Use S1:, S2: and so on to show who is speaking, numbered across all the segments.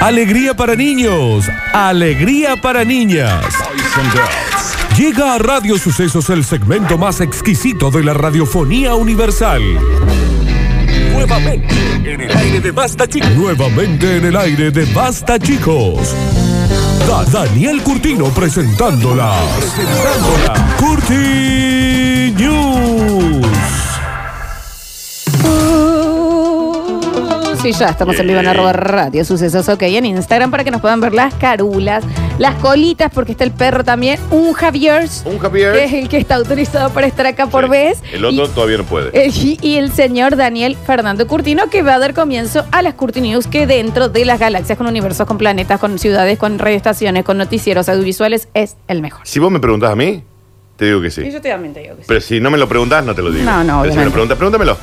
S1: Alegría para niños, alegría para niñas. Llega a Radio Sucesos el segmento más exquisito de la radiofonía universal. Nuevamente en el aire de Basta Chicos. Nuevamente en el aire de Basta Chicos. Da- Daniel Curtino presentándola. Presentándola. Curti News.
S2: Sí, ya estamos en
S3: Eh.
S2: vivo en arroba radio sucesos, ok, en Instagram para que nos puedan ver las carulas, las colitas, porque está el perro también, un Javier,
S3: Un
S2: que es
S3: Javier.
S2: el que está autorizado para estar acá por
S3: Sí.
S2: vez.
S3: El otro todavía no puede.
S2: Eh, Y, y el señor Daniel Fernando Curtino, que va a dar comienzo a las Curti News, que dentro de las galaxias, con universos, con planetas, con ciudades, con radioestaciones, con noticieros audiovisuales, es el mejor.
S3: Si vos me preguntás a mí, te digo que
S2: Y
S3: sí.
S2: yo te también te digo que sí.
S3: Pero si no me lo preguntás, no te lo digo.
S2: No, no,
S3: Pero si me lo
S2: obviamente.
S3: preguntas, pregúntamelo.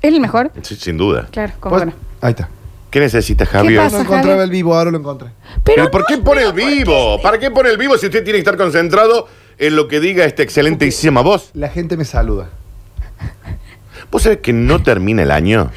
S2: ¿Es el mejor?
S3: Sí, sin duda.
S2: Claro, como
S4: Vos-
S2: que no.
S4: Pues, Ahí está.
S3: ¿Qué necesitas, Javier?
S2: pasa?
S4: No encontraba el vivo, ahora lo encontré.
S3: ¿Pero por
S2: no,
S3: qué por el vivo? ¿Para qué por el vivo si usted tiene que estar concentrado en lo que diga esta excelentísima voz?
S4: La gente me saluda.
S3: ¿Vos sabés que no termina el año?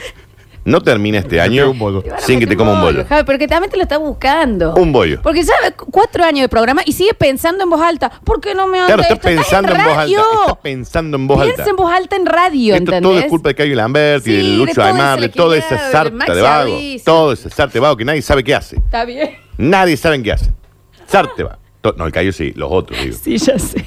S3: No termina este año
S4: un bollo.
S2: van a
S3: sin que te
S2: meter
S3: coma un bollo.
S2: Javi, porque también te lo está buscando.
S3: Un bollo.
S2: Porque sabe cu- cuatro años de programa y sigue pensando en voz alta. ¿Por qué no me
S3: Claro,
S2: anda
S3: estás
S2: esto? Estás
S3: pensando en voz alta.
S2: radio.
S3: Estás pensando en voz alta.
S2: Piensa en voz alta en radio,
S3: Esto
S2: ¿entendés?
S3: todo es culpa de Cayo Lambert y
S2: Sí,
S3: de
S2: de
S3: Lucho
S2: todo
S3: Aymar,
S2: ese
S3: de toda esa
S2: legendario, de
S3: sarta
S2: Maxi
S3: de vago.
S2: Ariza.
S3: Todo ese sarta de vago que nadie sabe qué hace.
S2: Está bien.
S3: Nadie sabe qué hace. Sarta va. To- No, el Cayo sí, los otros, digo.
S2: Sí, ya sé.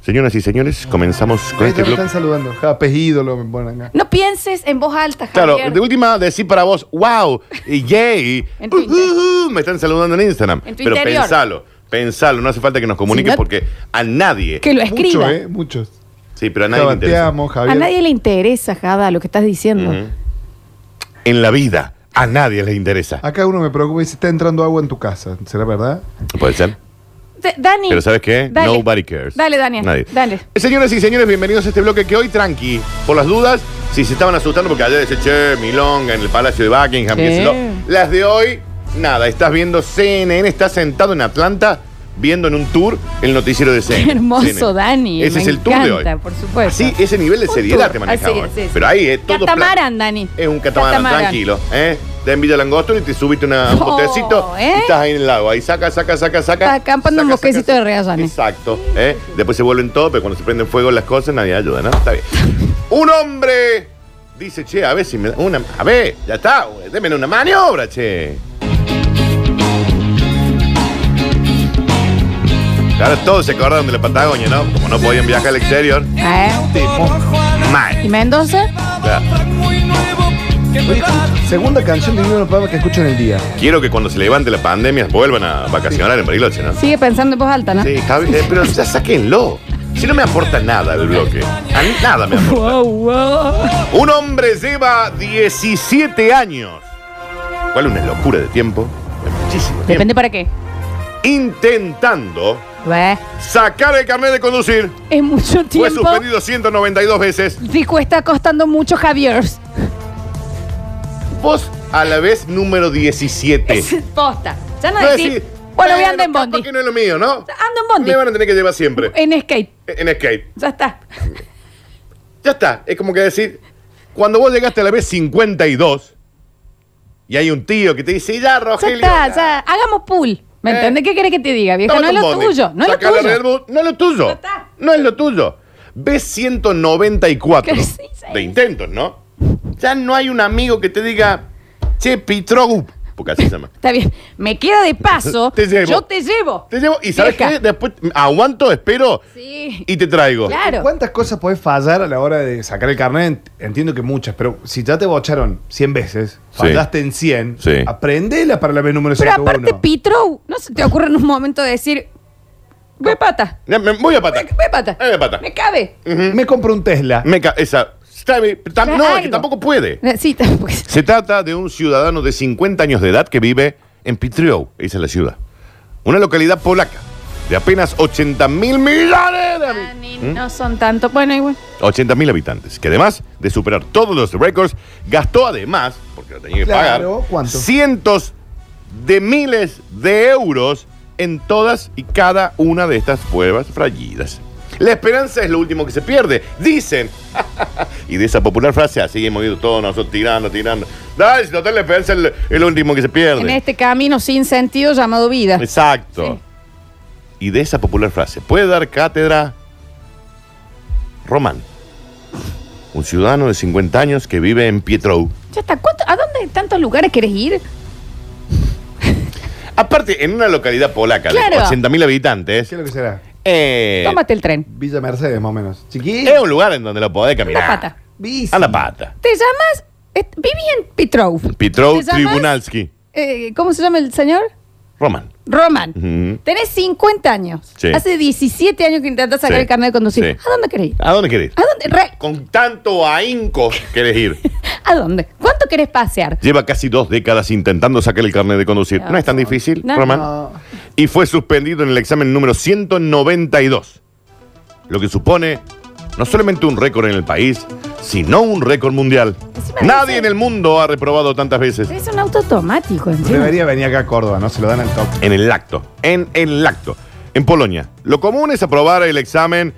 S3: Señoras y señores, comenzamos con
S4: Ahí
S3: este
S4: te me
S3: bloque.
S4: están saludando. Japes ídolo me ponen acá.
S2: No pienses en voz alta,
S3: Claro,
S2: Javier.
S3: de última decir para vos, wow, y yay,
S2: En
S3: uh,
S2: tu inter-
S3: uh, uh, me están saludando en Instagram.
S2: En tu
S3: Pero
S2: interior.
S3: pensalo, pensalo, no hace falta que nos comuniques
S2: Si no-
S3: porque a nadie,
S2: Que lo
S4: Muchos,
S2: escriba.
S4: ¿eh? Muchos.
S3: sí, pero a nadie le
S4: Java, te
S3: interesa.
S4: amo, Javier.
S2: A nadie le interesa, Jada, lo que estás diciendo.
S3: Ujú. En la vida, a nadie le interesa.
S4: Acá uno me preocupa y dice, está entrando agua en tu casa. ¿Será verdad?
S3: ¿Puede ser?
S2: Da- Dani.
S3: Pero ¿sabes qué?
S2: Dale.
S3: Nobody cares.
S2: Dale, Daniel.
S3: Nadie. Eh,
S2: Dale.
S3: Señoras y señores, bienvenidos a este bloque que hoy tranqui. Por las dudas, si se estaban asustando porque ayer decía, che, Milonga en el Palacio de Buckingham,
S2: Sí.
S3: qué sé yo. Las de hoy, nada, estás viendo CNN, estás sentado en Atlanta viendo en un tour el noticiero de CNN.
S2: Qué hermoso,
S3: CNN.
S2: Dani.
S3: Ese
S2: me
S3: es el tour de hoy.
S2: encanta, por supuesto.
S3: Sí, ese nivel de
S2: Un
S3: seriedad
S2: tour.
S3: te manejamos.
S2: Así
S3: hoy.
S2: es, sí, sí.
S3: Pero ahí es todo. plan-
S2: Catamarán, Dani.
S3: Es un catamarán,
S2: Catamarán.
S3: tranquilo. ¿eh? Te envía langostino y te subiste una- un
S2: Oh,
S3: botecito
S2: ¿eh?
S3: y estás ahí en el lago. Ahí saca, saca, saca, saca.
S2: Está acampando en un
S3: saca, saca,
S2: bosquecito de
S3: saca.
S2: Reallanes.
S3: Exacto. ¿eh? Después se vuelven todo, pero cuando se prenden fuego las cosas nadie ayuda, ¿no? Está bien. un hombre dice, che, a ver si me da una... A ver, ya está. Deme una maniobra, che. Claro, todos se acordaron de la Patagonia, ¿no? Como no podían viajar al exterior.
S2: ¿Eh? ¿Y
S3: Mal.
S2: Mendoza?
S3: Claro.
S4: Oye, escucha, segunda canción de Nino Papa que escucho en el día.
S3: Quiero que cuando se levante la pandemia vuelvan a vacacionar en Bariloche, ¿no?
S2: Sigue pensando en voz alta, ¿no?
S3: Sí, Javi, eh, pero ya sáquenlo. Si no me aporta nada el bloque. A mí nada me aporta.
S2: Wow, wow.
S3: Un hombre lleva 17 años. ¿Cuál una locura de tiempo? de Muchísimo tiempo.
S2: Depende para qué.
S3: Intentando
S2: Bah,
S3: sacar el carnet de conducir.
S2: Es mucho
S3: Fue
S2: tiempo.
S3: suspendido 192 veces.
S2: Rico está costando mucho, Javier.
S3: Vos a la vez número 17.
S2: Es Posta. Ya no
S3: No
S2: decís.
S3: decís,
S2: Bueno, voy a andar en
S3: capaz
S2: bondi.
S3: que no es lo mío, ¿no?
S2: Ando en bondi.
S3: Me van a tener que llevar siempre.
S2: En skate.
S3: En skate.
S2: Ya está.
S3: Ya está. Es como que decir, cuando vos llegaste a la vez 52 y hay un tío que te dice, ya,
S2: Ya
S3: Rogelio.
S2: está. Ya. Hagamos pool. ¿Me
S3: Eh.
S2: entendés? ¿Qué querés que te diga, vieja?
S3: tómate
S2: No es
S3: un
S2: lo
S3: bondi.
S2: tuyo. No es lo
S3: Sacá la Red
S2: tuyo.
S3: Bull. No es lo
S2: Ya
S3: tuyo.
S2: está.
S3: No es lo tuyo. B194
S2: Que sí, sí.
S3: de intentos, ¿no? Ya no hay un amigo que te diga, che, Pitrogu. Porque así se llama.
S2: Está bien. Me queda de paso.
S3: Te llevo.
S2: Yo te llevo.
S3: Te llevo, y ¿sabes
S2: Vieja.
S3: qué? Después aguanto, espero
S2: Sí.
S3: y te traigo.
S2: Claro.
S4: ¿Cuántas cosas podés fallar a la hora de sacar el carnet? Entiendo que muchas, pero si ya te bocharon 100 veces,
S3: Sí.
S4: fallaste en 100,
S3: Sí.
S4: aprendela para la vez número
S2: Pero
S4: 101.
S2: aparte, Pitro, no se te ocurre en un momento decir. Ve pata.
S3: Ya, me- voy a patar.
S2: Ve pata.
S3: Voy a patar.
S2: Me cabe.
S4: Me compro un Tesla.
S3: Me ca- esa. está bien, pero tam-
S2: Ya,
S3: no, es que
S2: algo.
S3: tampoco puede.
S2: Sí, tampoco.
S3: Se trata de un ciudadano de 50 años de edad que vive en Pitriou, esa es la ciudad. Una localidad polaca de apenas 80 mil millones de habi-
S2: Ni- No son tanto. Bueno, igual.
S3: 80.000 habitantes, que además de superar todos los récords, gastó además, porque lo tenía que
S4: Claro,
S3: pagar,
S4: ¿cuánto?
S3: cientos de miles de euros en todas y cada una de estas pruebas fallidas. La esperanza es lo último que se pierde, dicen. y de esa popular frase, así hemos ido todos nosotros tirando, tirando. Dale, si total, la esperanza es el, el último que se pierde.
S2: En este camino sin sentido llamado vida.
S3: Exacto. Y de esa popular frase, puede dar cátedra Román, un ciudadano de 50 años que vive en Pietrou.
S2: Ya está, ¿cuánto- ¿a dónde tantos lugares querés ir?
S3: Aparte, en una localidad polaca de
S2: Claro.
S3: 80.000 habitantes,
S4: ¿Qué es lo que será?
S3: eh,
S2: Tómate el tren.
S4: Villa Mercedes, más o menos. Chiquito.
S3: es un lugar en donde lo podés
S2: Anda
S3: caminar.
S2: pata.
S4: Bici.
S3: A la pata.
S2: Te llamas. eh, Viví en Petrov.
S3: Pietrou
S2: ¿Te llamas?
S3: Tribunalski.
S2: Eh, ¿Cómo se llama el señor?
S3: Román.
S2: Roman.
S3: Ujú.
S2: Tenés 50 años.
S3: Sí.
S2: Hace 17 años que intentás sacar
S3: Sí.
S2: el carnet de conducir.
S3: Sí.
S2: ¿A dónde querés ir?
S3: ¿A dónde querés?
S2: ¿A dónde? Re-
S3: Con tanto ahínco querés ir.
S2: ¿A dónde? ¿Cuánto querés pasear?
S3: Lleva casi dos décadas intentando sacar el carnet de conducir. No es tan difícil,
S2: No.
S3: Román.
S4: No.
S3: Y fue suspendido en el examen número 192. Lo que supone no solamente un récord en el país, sino un récord mundial.
S2: Encima
S3: Nadie
S2: dice-
S3: en el mundo ha reprobado tantas veces.
S2: Es un auto automático, encima.
S4: Debería venir acá a Córdoba, ¿no? Se lo dan al top.
S3: En el lacto. En el lacto. En Polonia. Lo común es aprobar el examen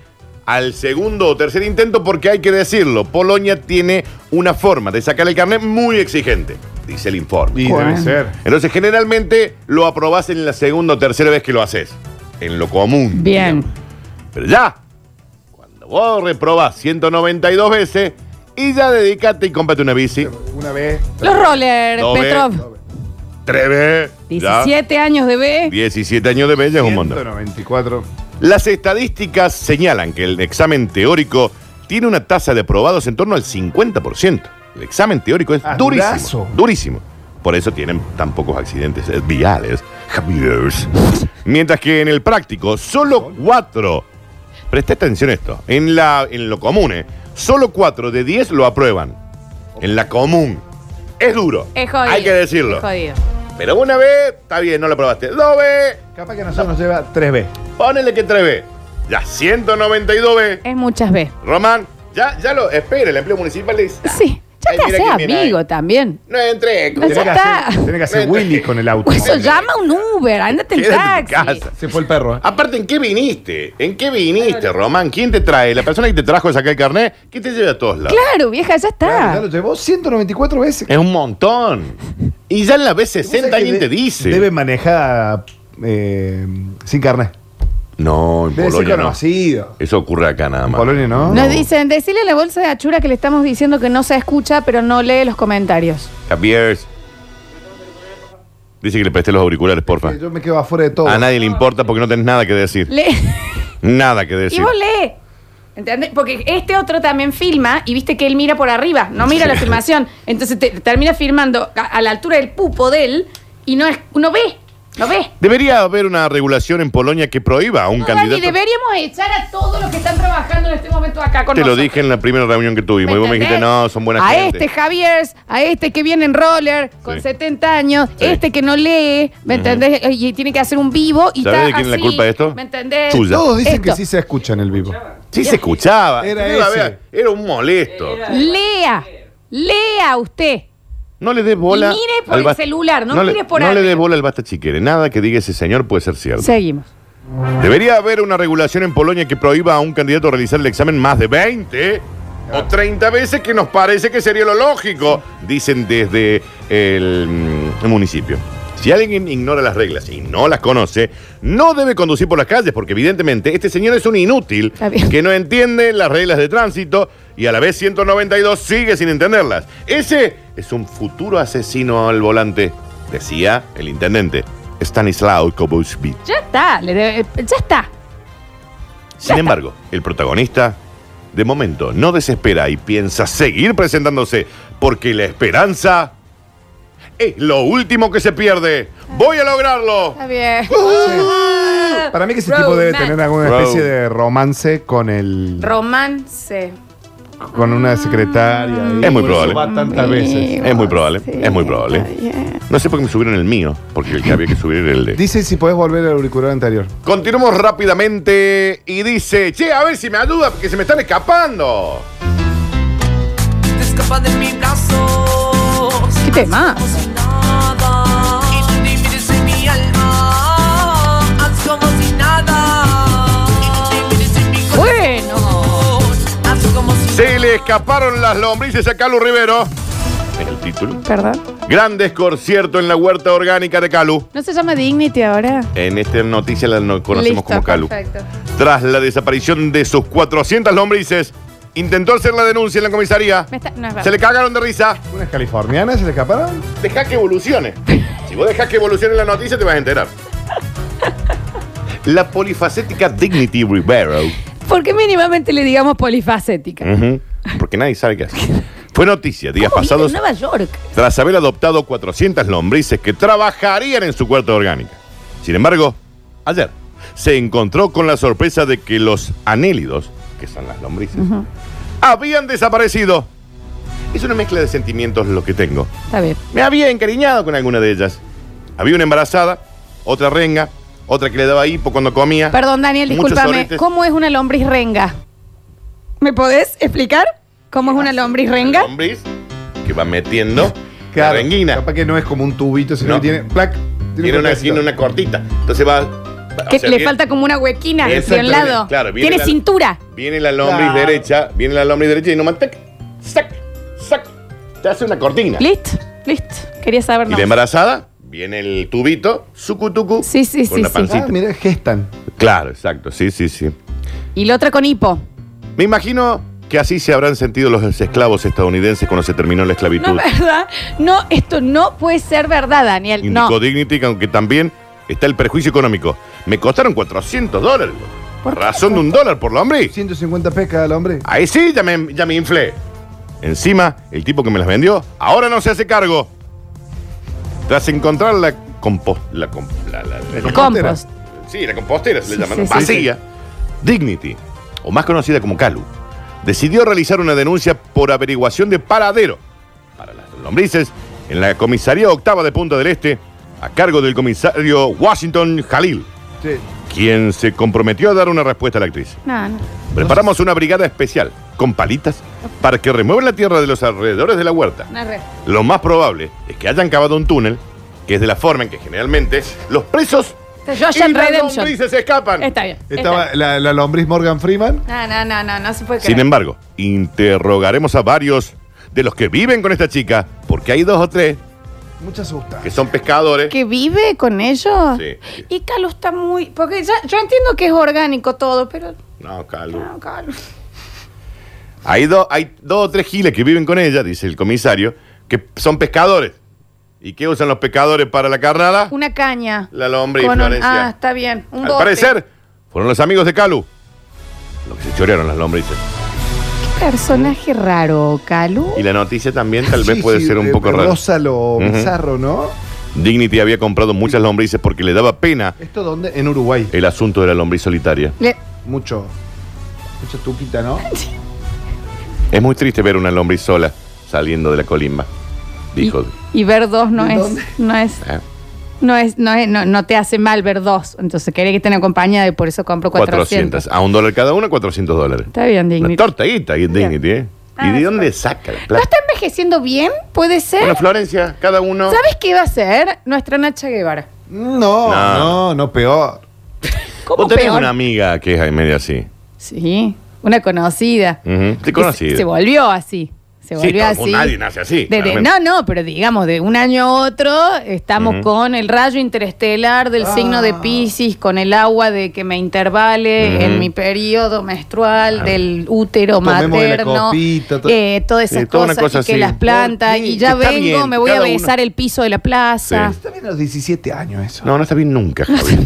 S3: al segundo o tercer intento porque hay que decirlo. Polonia tiene una forma de sacar el carnet muy exigente, dice el informe.
S4: Y
S2: Bueno.
S4: debe ser.
S3: Entonces, generalmente lo aprobás en la segunda o tercera vez que lo haces. En lo común.
S2: Bien.
S3: Pero ya, cuando vos reprobás 192 veces y ya dedicate y cómprate una bici.
S4: Una vez.
S2: Los rollers,
S3: Dos
S2: Petrov.
S3: Tres veces. ya.
S2: 17 años de B.
S3: 17 años de bella es un montón.
S4: 194.
S3: Las estadísticas señalan que el examen teórico tiene una tasa de aprobados en torno al 50%. El examen teórico es
S4: Ah,
S3: durísimo.
S4: durazo.
S3: Durísimo. Por eso tienen tan pocos accidentes eh, viales, Javieres. Mientras que en el práctico, solo cuatro. Presta atención a esto. En, la, en lo común, eh, solo cuatro de 10 lo aprueban. En la común. Es duro.
S2: Es jodido.
S3: Hay que decirlo.
S2: Es jodido.
S3: Pero una vez, está bien, no lo aprobaste. Dos veces,
S4: Capaz que a nosotros nos lleva 3B.
S3: Ponele que 3B. Ya 192 B.
S2: Es muchas B.
S3: Román, ya, ya lo espera el empleo municipal. le dice,
S2: Sí. Ya
S3: Ay,
S2: te
S3: mira
S2: haces
S3: quién viene
S2: amigo
S3: ahí.
S2: también.
S3: No entré.
S2: No,
S4: Tiene
S2: ya
S4: que
S2: está.
S4: hacer, tiene que hacer
S3: Vente.
S4: Willy con el auto.
S2: Eso llama un Uber, ándate en
S3: Quédate en tu
S2: taxi.
S3: casa.
S4: Se fue el perro. ¿eh?
S3: Aparte, ¿en qué viniste? ¿En qué viniste, Román? ¿Quién te trae? ¿La persona que te trajo de sacar el carnet? ¿Qué te lleva a todos lados?
S2: Claro, vieja, ya
S4: Claro, ya
S2: está.
S4: lo llevó 194 veces.
S3: Es un montón. Y ya en la vez
S4: ¿Vos sabés
S3: 60
S4: que
S3: alguien te
S4: de-
S3: dice.
S4: Debe manejar eh, sin carnet.
S3: No, en
S4: Debe
S3: Polonia
S4: ser
S3: no.
S4: conocido.
S3: Eso ocurre acá nada
S4: En
S3: más.
S4: Polonia no.
S2: Nos dicen, decirle a la bolsa de achura que le estamos diciendo que no se escucha, pero no lee los comentarios.
S3: Javier. Dice que le presté los auriculares, porfa.
S4: Yo me quedo afuera de todo.
S3: A nadie le importa porque no tenés nada que decir.
S2: Lee.
S3: Nada que
S2: y
S3: decir.
S2: vos lee. ¿Entendés? Porque este otro también filma y viste que él mira por arriba, no mira la filmación. Entonces te, termina filmando a, a la altura del pupo de él y no, es, no ve, no ve.
S3: Debería haber una regulación en Polonia que prohíba a un
S2: No,
S3: candidato.
S2: Dani, deberíamos echar a todos los que están trabajando en este momento acá con
S3: Te lo
S2: nosotros.
S3: dije en la primera reunión que tuvimos. Y vos me dijiste,
S2: entendés?
S3: no, son buenas
S2: A
S3: gente.
S2: este Javier, a este que viene en roller con
S3: Sí.
S2: 70 años,
S3: Sí.
S2: este que no lee, ¿me entendés? Y tiene que hacer un vivo y
S3: ¿Sabés
S2: está
S3: de quién es la
S2: así,
S3: culpa de esto?
S2: ¿Me entendés?
S3: Tuya.
S4: Todos dicen
S2: Esto.
S4: que sí se escucha en el vivo.
S3: Sí, se escuchaba.
S4: Era
S3: Pero, a
S4: ese.
S3: ver, era un molesto.
S2: Lea, lea usted.
S3: No le des bola.
S2: Y mire por
S3: al
S2: el
S3: bas-
S2: celular, no
S3: le-
S2: mire por
S3: No le
S2: arriba.
S3: des bola al basta chiquere. Nada que diga ese señor puede ser cierto.
S2: Seguimos.
S3: Debería haber una regulación en Polonia que prohíba a un candidato realizar el examen más de 20 o 30 veces, que nos parece que sería lo lógico, dicen desde el, mm, municipio. Si alguien ignora las reglas y no las conoce, no debe conducir por las calles, porque evidentemente este señor es un inútil
S2: Está bien.
S3: que no entiende las reglas de tránsito y a la vez 192 sigue sin entenderlas. Ese es un futuro asesino al volante, decía el intendente Stanislaw Kobushvich.
S2: Ya está, le debe- ya está.
S3: Sin embargo, el protagonista, de momento, no desespera y piensa seguir presentándose, porque la esperanza es lo último que se pierde. ¡Voy a lograrlo!
S2: Está
S3: ¡Uh!
S2: bien.
S4: Para mí que ese
S2: Ah. Romance.
S4: tipo debe tener alguna
S3: Bro.
S4: especie de romance con el
S2: Romance.
S4: con una secretaria. ahí.
S3: Es muy probable.
S4: Eso va
S3: Mm,
S4: tantas veces.
S3: Es muy probable, es muy probable.
S2: Está bien.
S3: No sé por qué me subieron el mío, porque el que había que subir era el de...
S4: Dice si podés volver al auricular anterior.
S3: Continuamos rápidamente y dice, che, a ver si me ayuda, porque se me están escapando.
S5: Te escapas de mis brazos.
S2: ¿Qué tema?
S5: Como si nada. Y te divides en mi alma. Haz como si nada. Y te divides en mi corazón.
S2: Bueno.
S5: Haz como si
S3: Se le escaparon las lombrices a Carlos Rivero. El título.
S2: Perdón.
S3: Grandes conciertos en la huerta orgánica de Calu.
S2: ¿No se llama Dignity ahora?
S3: En esta noticia la no- conocemos
S2: Listo,
S3: como Calu.
S2: Perfecto.
S3: Tras la desaparición de sus 400 lombrices, intentó hacer la denuncia en la comisaría.
S2: Me está- no es
S3: Se
S2: verdad.
S3: le cagaron de risa.
S4: ¿Unas californianas se le escaparon?
S3: Deja que evolucione. Si vos dejás que evolucione la noticia, te vas a enterar. La polifacética Dignity Rivero.
S2: ¿Por qué mínimamente le digamos polifacética?
S3: Ujú, Porque nadie sabe qué hacer. Fue noticia Mm, días
S2: ¿Cómo vive
S3: pasados
S2: en Nueva York.
S3: tras haber adoptado 400 lombrices que trabajarían en su huerta orgánica. Sin embargo, ayer se encontró con la sorpresa de que los anélidos, que son las lombrices, habían desaparecido. Es una mezcla de sentimientos lo que tengo.
S2: Está bien.
S3: Me había encariñado con alguna de ellas. Había una embarazada, otra renga, otra que le daba hipo cuando comía.
S2: Perdón, Daniel,
S3: Muchos
S2: discúlpame.
S3: oretes.
S2: ¿Cómo es una lombriz renga? ¿Me podés explicar cómo es una lombriz renga?
S3: Lombriz que va metiendo
S4: Claro.
S3: la renguina.
S4: Capaz que no es como un tubito,
S3: No.
S4: sino que tiene. Plac,
S3: Tiene una,
S4: pedacito.
S3: tiene una cortita. Entonces va. o
S2: Que
S3: sea,
S2: le
S3: viene-
S2: falta como una huequina de un
S3: Exactamente.
S2: lado.
S3: Claro, viene
S2: Tiene
S3: la-
S2: cintura.
S3: Viene la lombriz
S4: Claro.
S3: derecha, viene la lombriz derecha y nomás tac, sac, sac. Te hace una cortina.
S2: Listo, listo. Quería saber
S3: Y
S2: no.
S3: la embarazada, viene el tubito, sucutucu.
S2: Sí, sí,
S3: con
S2: sí,
S3: la
S2: sí.
S4: Ah,
S3: pancita.
S4: mira, gestan.
S3: Claro, exacto. Sí, sí, sí.
S2: Y la otra con hipo.
S3: Me imagino que así se habrán sentido los esclavos estadounidenses cuando se terminó la esclavitud.
S2: No, ¿verdad? No, esto no puede ser verdad, Daniel.
S3: Indicó
S2: No.
S3: Dignity, que aunque también está el perjuicio económico. Me costaron 400 dólares.
S4: ¿Por qué?
S3: razón de un dólar por lombriz.
S4: 150 pesca al hombre.
S3: Ahí sí, ya me, ya me inflé. Encima, el tipo que me las vendió ahora no se hace cargo. Tras encontrar la compost... La, com- la- la- la-
S4: La compostera.
S2: Compost.
S3: sí, la compostera se le
S2: Sí,
S3: llaman.
S2: sí, sí,
S3: vacía. Dignity, o más conocida como Calu, decidió realizar una denuncia por averiguación de paradero para las lombrices en la comisaría octava de Punta del Este a cargo del comisario Washington Jalil,
S4: Sí.
S3: quien se comprometió a dar una respuesta a la actriz.
S2: No, no.
S3: Preparamos una brigada especial con palitas para que remuevan la tierra de los alrededores de la huerta.
S2: Una red.
S3: Lo más probable es que hayan cavado un túnel, que es de la forma en que generalmente los presos
S2: Josh
S3: y las
S2: Redemption.
S3: lombrices se escapan.
S2: Está bien.
S4: Estaba la, la lombriz Morgan Freeman.
S2: No, no, no, no, no se puede creer.
S3: Sin embargo, interrogaremos a varios de los que viven con esta chica, porque hay dos o tres
S4: Mucha susta.
S3: que son pescadores.
S2: que vive con ellos.
S3: Sí.
S2: Y Calu está muy. Porque ya- yo entiendo que es orgánico todo, pero.
S3: No, Calu.
S2: No, Calu.
S3: Hay, dos- hay dos o tres giles que viven con ella, dice el comisario, que son pescadores. ¿Y qué usan los pescadores para la carnada?
S2: Una caña.
S3: La lombriz,
S2: Con un-
S3: Florencia.
S2: Ah, está bien. Un
S3: Al
S2: bote.
S3: parecer, fueron los amigos de Calu los que se chorearon las lombrices.
S2: Personaje raro, Calu.
S3: Y la noticia también tal vez
S4: Sí,
S3: puede
S4: sí,
S3: ser un
S4: eh,
S3: poco rara.
S4: Rosa lo
S3: Ujú.
S4: bizarro, ¿no?
S3: Dignity había comprado muchas lombrices porque le daba pena
S4: ¿Esto dónde? En Uruguay.
S3: el asunto de la lombriz solitaria.
S2: Le-
S4: Mucho. Mucha tuquita, ¿no?
S3: Es muy triste ver una lombriz sola saliendo de la colimba, dijo.
S2: Y, y ver dos no
S4: ¿De
S2: es,
S4: dónde?
S2: no es.
S3: Eh,
S2: No es, no es, no, no te hace mal ver dos. Entonces quería que te acompañada y por eso compro 400.
S3: 400. A un dólar cada una, 400 dólares.
S2: Está bien,
S3: Una
S2: Dignity.
S3: torta guita, Dignity, ¿eh? ¿Y
S2: Ah,
S3: de
S2: sí.
S3: dónde saca la
S2: ¿No
S3: plata?
S2: está envejeciendo bien? ¿Puede ser?
S3: Bueno, Florencia, cada uno.
S2: ¿Sabes qué va a ser? Nuestra Nacha Guevara.
S4: No,
S3: No.
S4: no, no, peor.
S2: ¿Cómo
S3: Vos tenés
S2: peor?
S3: una amiga que es medio así.
S2: Sí, una conocida.
S3: Ujú, sí,
S2: Que
S3: conocida.
S2: Se, se volvió así. Se
S3: Sí,
S2: volvió
S3: todo-
S2: así.
S3: nadie nace así,
S2: De- de-
S3: claramente.
S2: no, no, pero digamos, de un año a otro estamos
S3: Ujú.
S2: con el rayo interestelar del signo
S4: Ah.
S2: de Pisces, con el agua de que me intervale
S3: Ujú.
S2: en mi periodo menstrual, del útero
S4: Tomemos de la
S2: materno,
S4: copita, to-
S2: eh, todas esas
S3: Sí, toda una
S2: cosas,
S3: cosa
S2: y que
S3: así.
S2: las plantas,
S3: Porque
S2: y ya
S3: está
S2: vengo,
S3: bien,
S2: me voy a
S3: cada uno.
S2: besar el piso de la plaza.
S3: Sí.
S4: Está bien a los 17 años eso.
S3: No, no está bien nunca, Javier.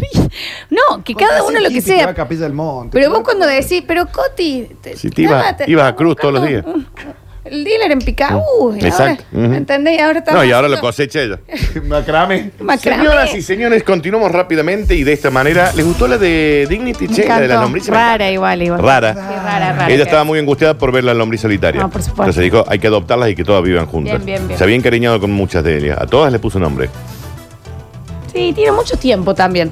S2: No, que
S4: Con
S2: cada
S4: ese
S2: uno lo que
S4: hippie va
S2: sea,
S4: a Capilla del Monte.
S2: pero vos cuando decís, pero Coti, te-
S3: Si te iba-
S2: nada, te-
S3: ibas a Cruz todos los días.
S2: El dealer en Picabú. y
S3: Exacto.
S2: ahora,
S3: Ujú.
S2: ¿Entendés? Y ahora estamos
S3: No, y ahora lo
S2: haciendo
S3: cosecha ella.
S4: Macrame.
S2: macramé.
S3: Señoras y señores, continuamos rápidamente y de esta manera. ¿Les gustó la de Dignity,
S2: Me
S3: che? La de
S2: encantó.
S3: la lombriz.
S2: Rara igual, igual.
S3: Rara.
S2: Sí, rara, rara.
S3: Ella estaba muy angustiada por ver la lombriz solitaria.
S2: Ah, por supuesto.
S3: Entonces dijo, hay que adoptarlas y que todas vivan juntas.
S2: Bien, bien, bien.
S3: Se había encariñado con muchas de ellas. A todas les puso nombre.
S2: Sí, tiene mucho tiempo también.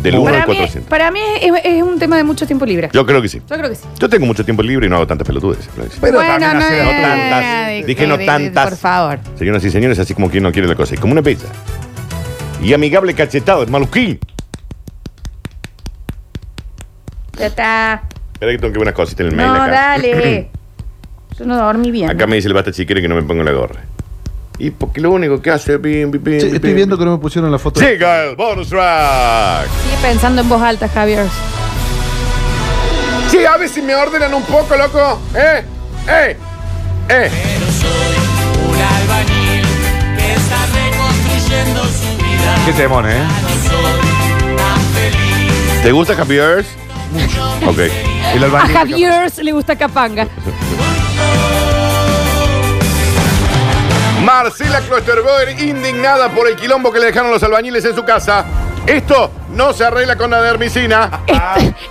S3: Del 1 al
S2: para, mí,
S3: 400.
S2: para mí es, es un tema de mucho tiempo libre. Yo,
S3: Yo creo que sí.
S2: creo que sí.
S3: Yo tengo mucho tiempo libre y no hago tantas pelotudes.
S4: Pero también hace
S2: eh,
S4: no
S3: tantas. Dije no
S2: de- de-
S3: tantas.
S2: Por favor.
S3: Señoras y señores, así como quien no quiere la cosa. Y como una pizza. Y amigable cachetado, es maluquín.
S2: Ya está.
S3: Espera que tengo que ver unas cositas en el mail
S2: No,
S3: acá.
S2: dale. Yo no dormí bien.
S3: Acá me dice el basta chiquero que no me pongo la gorra. Y porque lo único que hace es pim, pim, pim,
S6: Che,
S3: pim,
S6: estoy
S3: pim.
S6: viendo que no me pusieron la foto.
S3: Llega el bonus track.
S2: Sigue pensando en voz alta, Javier.
S3: Sí, a ver si me ordenan un poco, loco. Eh, eh, eh.
S5: Un albañil que está reconstruyendo su vida.
S4: Qué temón, ¿eh?
S3: ¿Te gusta Javier? Ok.
S4: El
S2: A
S4: albañil.
S2: Javier le gusta Capanga.
S3: Marcela Klosterboer indignada por el quilombo que le dejaron los albañiles en su casa. Esto no se arregla con la dermicina.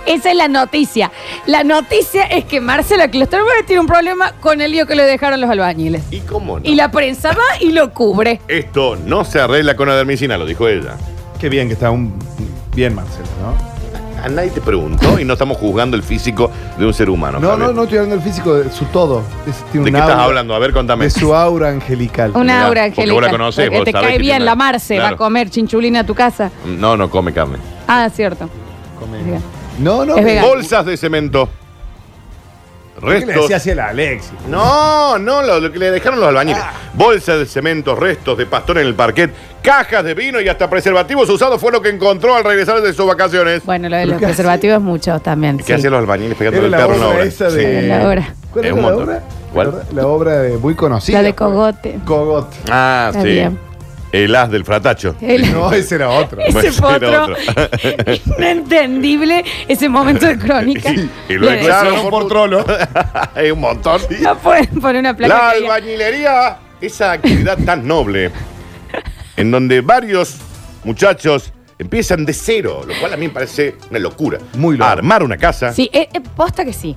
S2: Esa es la noticia. La noticia es que Marcela Klosterboer tiene un problema con el lío que le dejaron los albañiles.
S3: ¿Y cómo no?
S2: Y la prensa va y lo cubre.
S3: Esto no se arregla con la dermicina, lo dijo ella.
S4: Qué bien que está un. Bien, Marcelo, ¿no?
S3: A nadie te preguntó y no estamos juzgando el físico de un ser humano.
S6: No,
S3: Javier.
S6: no, no estoy hablando del físico, de su todo. Es- tiene
S3: ¿De
S6: un
S3: qué estás
S6: aura-
S3: hablando? A ver, contame.
S6: De su aura angelical.
S2: Una
S3: Mirá,
S2: aura,
S3: porque
S2: Angélica.
S3: vos la conocés,
S2: Porque
S3: vos
S2: te
S3: sabés
S2: cae
S3: que
S2: bien
S3: tiene-
S2: la Marce, va
S3: Claro.
S2: a comer chinchulina a tu casa.
S3: No, no come carne.
S2: Ah, cierto. Bien.
S6: No, no.
S2: Es vegano.
S3: Bolsas de cemento.
S4: ¿Qué le
S3: Restos.
S4: decía así a la Alexis?
S3: No, no, lo, lo que le dejaron los albañiles.
S4: Ah.
S3: Bolsas de cemento, restos de pastor en el parquet, cajas de vino y hasta preservativos usados fue lo que encontró al regresar de sus vacaciones.
S2: Bueno, lo de los
S6: ¿qué hace?
S2: preservativos es mucho también.
S3: ¿Qué
S2: sí.
S3: hacían los albañiles pegando
S4: Era
S3: el
S4: la
S3: perro en la
S4: obra
S3: obra?
S4: esa
S3: Sí.
S4: de.
S2: La obra.
S6: ¿Cuál
S3: Es
S6: era
S3: un
S6: la
S3: montón.
S6: obra?
S3: ¿Cuál?
S6: La obra de, muy conocida.
S2: La
S3: pues.
S2: de Cogote.
S6: Cogote.
S3: Ah,
S2: Está
S3: sí.
S2: bien.
S3: El as del fratacho.
S2: El-
S4: No, ese era otro.
S2: ese
S3: Bueno,
S2: fue
S3: era
S2: otro.
S3: otro.
S2: Inentendible ese momento de crónica.
S3: Y- y lo
S2: Le-
S3: echaron.
S4: Claro, por trolo.
S3: Hay un montón.
S2: No pueden poner una placa.
S3: La
S2: que diga,
S3: albañilería, esa actividad tan noble, en donde varios muchachos empiezan de cero, lo cual a mí me parece una locura.
S4: Muy loco.
S3: Armar una casa.
S2: Sí, eh, eh, posta que sí.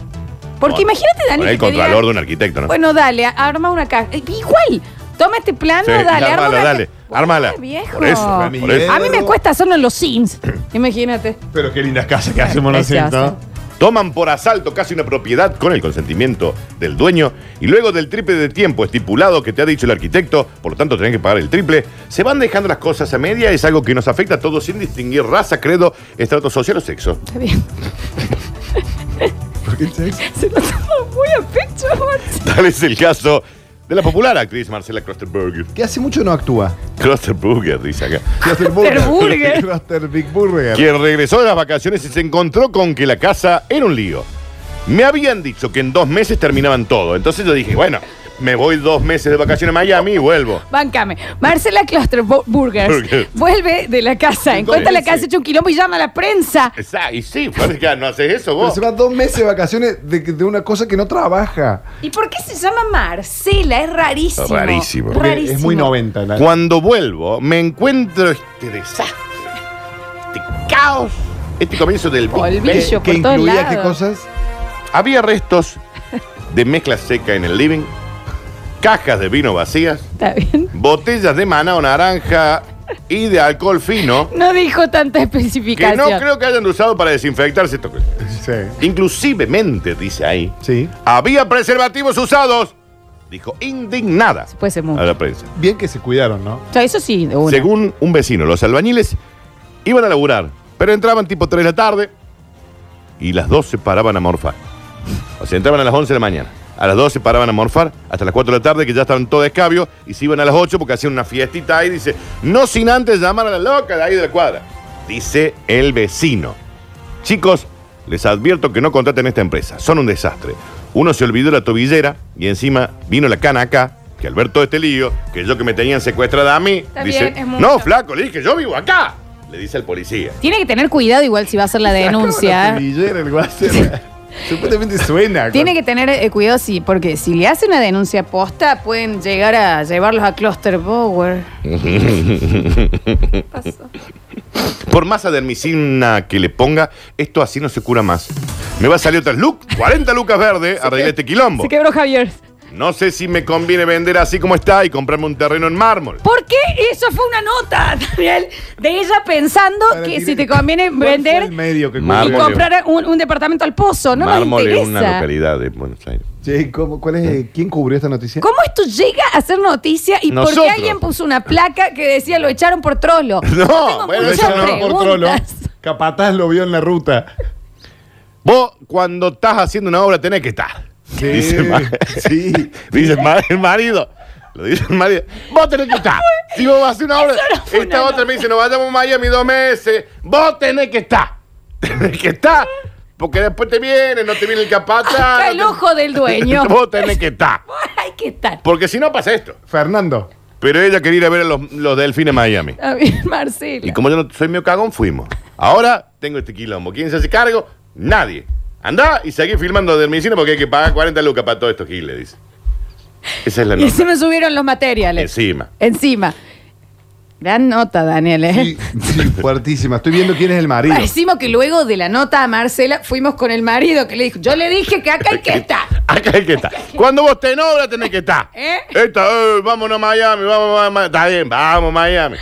S2: Porque
S3: Con-
S2: imagínate, Dani.
S3: Con
S2: que
S3: el
S2: te diga,
S3: contralor de un arquitecto, ¿no?
S2: Bueno, dale, arma una caja. Eh, Igual, toma este plano,
S3: Sí,
S2: dale, arma
S3: ármalo,
S2: una
S3: dale,
S2: ca-
S3: ármala.
S2: Ah, viejo.
S3: Por eso,
S2: a
S3: por eso.
S2: mí me cuesta hacerlo en los Sims. Imagínate.
S4: Pero qué lindas casas que hacemos nosotros.
S2: Precioso.
S4: ¿no?
S3: Toman por asalto casi una propiedad con el consentimiento del dueño y luego del triple de tiempo estipulado que te ha dicho el arquitecto, por lo tanto tenés que pagar el triple, se van dejando las cosas a media, es algo que nos afecta a todos sin distinguir raza, credo, estrato social o sexo.
S2: Está bien. Se lo tomo muy a pecho, Marce.
S3: Tal es el caso de la popular actriz Marcela Klosterberger.
S6: Que hace mucho no actúa.
S3: Klosterberger, dice acá.
S6: Cluster
S2: Burger.
S6: Cluster Big Burger.
S3: Quien regresó de las vacaciones y se encontró con que la casa era un lío. Me habían dicho que en dos meses terminaban todo. Entonces yo dije, bueno, me voy dos meses de vacaciones a Miami y vuelvo.
S2: Báncame. Marcela Cluster Bo- Burgers
S3: Burgers.
S2: vuelve de la casa, encuentra la casa hecha un quilombo y llama a la prensa.
S3: Esa- y sí, parece que no haces eso
S6: Pero
S2: Oh.
S3: vos.
S6: se va dos meses de vacaciones de, de una cosa que no trabaja.
S2: ¿Y por qué se llama Marcela? Es rarísimo.
S3: Rarísimo.
S4: Porque
S2: Rarísimo.
S4: Es muy 90. La...
S3: Cuando vuelvo, me encuentro este desastre, este caos, este comienzo del Big Bang.
S2: Polvillo
S6: Que
S2: por todos
S6: incluía qué
S2: lados.
S6: cosas.
S3: Había restos de mezcla seca en el living, cajas de vino vacías,
S2: Está bien.
S3: botellas de maná o naranja y de alcohol fino
S2: No dijo tanta
S3: que
S2: especificación.
S3: no creo que hayan usado para desinfectarse esto.
S6: Sí.
S3: Inclusivemente, dice ahí,
S6: Sí.
S3: había preservativos usados, dijo indignada
S2: Puede ser mucho.
S3: a la prensa.
S4: Bien que se cuidaron, ¿no?
S2: O sea, eso sí, de una.
S3: Según un vecino, los albañiles iban a laburar, pero entraban tipo 3 de la tarde y las 12 paraban a morfar. O sea, entraban a las 11 de la mañana. A las 12 paraban a morfar hasta las 4 de la tarde, que ya estaban todo escabio, y se iban a las 8 porque hacían una fiestita ahí. Dice, no sin antes llamar a la loca de ahí de la cuadra. Dice el vecino. Chicos, les advierto que no contraten esta empresa. Son un desastre. Uno se olvidó la tobillera y encima vino la cana acá, que al ver todo este lío, que yo que me tenían secuestrada a mí,
S2: Está
S3: dice,
S2: bien, es mucho.
S3: no, flaco, le dije, yo vivo acá, le dice al policía.
S2: Tiene que tener cuidado igual si va a hacer la
S4: La
S2: denuncia. ¿eh?
S4: tobillera, el guaser. Supuestamente suena.
S2: Tiene que tener eh, cuidado si, porque si le hace una denuncia posta, pueden llegar a llevarlos a Cluster Bower.
S3: Por más adermicina que le ponga, esto así no se cura más. Me va a salir otra look, 40 lucas verde, arreglé este quilombo.
S2: Se quebró Javier.
S3: No sé si me conviene vender así como está y comprarme un terreno en mármol.
S2: ¿Por qué? Eso fue una nota, Daniel, de ella pensando
S6: Para
S2: que
S6: tirar-
S2: si te conviene
S6: ¿Cuál fue
S2: vender
S6: El medio que
S2: y
S3: Mármol.
S6: cubrió?
S2: comprar un, un departamento al pozo. No nos
S3: mármol es una
S2: interesa.
S3: localidad de Buenos Aires.
S6: Che, ¿cómo- cuál es, ¿Quién cubrió esta noticia?
S2: ¿Cómo esto llega a ser noticia y por
S3: Nosotros.
S2: qué alguien puso una placa que decía lo echaron por trolo?
S3: No,
S2: Tengo
S3: bueno,
S2: muchas
S3: eso no,
S2: preguntas.
S4: por trolo. Capataz lo vio en la ruta.
S3: Vos, cuando estás haciendo una obra, tenés que estar.
S6: Sí,
S3: Dice, el ma-
S6: sí.
S3: dice el ma- el marido. Lo dice el marido. Vos tenés que estar. Si vos vas a hacer una obra.
S2: Eso no fue
S3: Esta
S2: una
S3: otra me dice, nos vayamos a Miami dos meses. Vos tenés que estar. Tenés que estar. Porque después te viene, no te viene el capataz.
S2: Hasta
S3: no
S2: el
S3: te-
S2: ojo del dueño.
S3: Vos tenés que estar.
S2: Hay que estar.
S3: Porque si no pasa esto.
S4: Fernando.
S3: Pero ella quería ir a ver a los, los delfines Miami.
S2: A ver,
S3: Y
S2: Marcelo.
S3: como yo no soy medio cagón, fuimos. Ahora tengo este quilombo. ¿Quién se hace cargo? Nadie. Andá y seguí filmando desde mi cine porque hay que pagar 40 lucas para todos estos giles, dice. Esa es la
S2: Y
S3: nota.
S2: encima subieron los materiales.
S3: Encima.
S2: Encima. Gran nota, Daniel, ¿eh?
S4: Sí, sí, fuertísima. Estoy viendo quién es el marido.
S2: Parecimos que luego de la nota a Marcela fuimos con el marido que le dijo, yo le dije que acá hay que estar.
S3: Acá hay que estar. Cuando vos te en obra tenés que estar.
S2: ¿Eh?
S3: Esta, eh, vámonos a Miami, vamos a Miami. Está bien, vamos a Miami.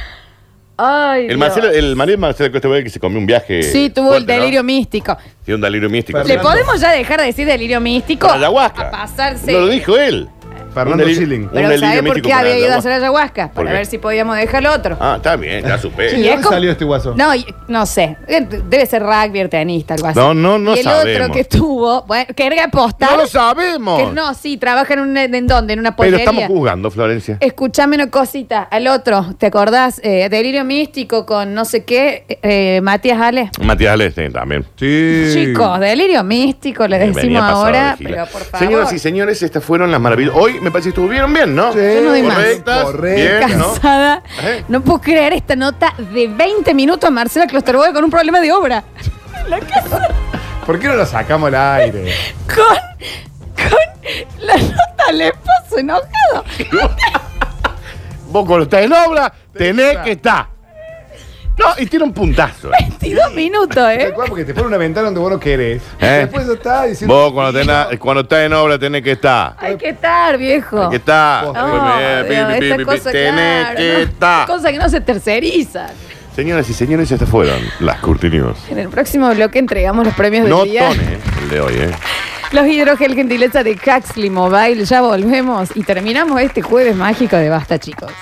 S2: Ay,
S3: El
S2: Dios.
S3: Marcelo, el marido de Marcelo Costa Verde que se comió un viaje.
S2: Sí, tuvo el
S3: fuerte, ¿no?
S2: delirio místico.
S3: Sí, un delirio místico.
S2: ¿Le
S4: Fernando.
S2: podemos ya dejar de decir delirio místico?
S3: Con ayahuasca.
S2: A pasarse.
S3: No lo dijo él.
S4: Fernando
S3: Un delirio-
S4: Schilling.
S3: un
S2: Pero
S3: delirio
S2: ¿sabe por
S3: místico
S2: qué
S3: con
S2: había ido a
S3: ayahuasca.
S2: hacer ayahuasca?
S3: ¿Por
S2: Para
S3: qué?
S2: ver si podíamos dejar al otro.
S3: Ah, está bien, ya supe.
S4: Sí,
S2: Y
S4: ¿de
S2: es
S4: dónde
S2: como-
S4: salió este guaso?
S2: No, y- no sé. Eh, Debe ser rugby o tenista, algo así.
S3: No, no, no
S2: Y el
S3: sabemos.
S2: otro que estuvo, bueno, que era apostar.
S3: No lo sabemos.
S2: Que no, sí, trabaja en, un, en dónde, en una
S3: Pero
S2: pollería. Eh.
S3: estamos juzgando, Florencia.
S2: Escuchame una cosita, al otro, ¿te acordás? Eh, Delirio místico con no sé qué, eh, Matías Ale.
S3: Matías Alestin también. Eh,
S4: Sí.
S2: Chicos, delirio místico, le
S3: Venía
S2: decimos
S3: pasado de
S2: ahora,
S3: gira.
S2: pero por favor.
S3: Señoras y señores, estas fueron las maravillas. Hoy me parece que estuvieron bien, ¿no?
S4: Sí.
S2: Yo no doy más.
S3: Correctas.
S4: Correctas.
S3: Bien, ¿no?
S2: Cansada.
S3: ¿Eh?
S2: No puedo creer esta nota de 20 minutos a Marcela Closterboy con un problema de obra. La casa
S4: ¿Por qué no lo sacamos al aire?
S2: con, con la nota al esposo enojado.
S3: Vos cuando estás en obra, tenés que estar. No, y tiene un puntazo.
S2: 22 minutos,
S4: ¿Te
S2: ¿eh?
S4: acuerdas? Porque te pone una ventana donde vos no querés.
S3: ¿Eh?
S4: Después ya está diciendo.
S3: Vos cuando, tenés- cuando estás en obra, tenés que estar.
S2: Hay que estar, viejo.
S3: Tenés que estar.
S4: Oh,
S2: No,
S3: Pi,
S2: Dios,
S3: pi,
S2: esta
S3: pi, pi,
S2: cosa,
S3: tenés
S2: claro,
S3: que
S2: ¿no?
S3: estar.
S2: Cosa que no se terceriza.
S3: Señoras y señores, estas fueron las curtinios.
S2: En el próximo bloque entregamos los premios
S3: No
S2: del día.
S3: tone el de hoy, ¿eh?
S2: Los hidrogel gentileza de Caxley Mobile. Ya volvemos y terminamos este jueves mágico de Basta, chicos.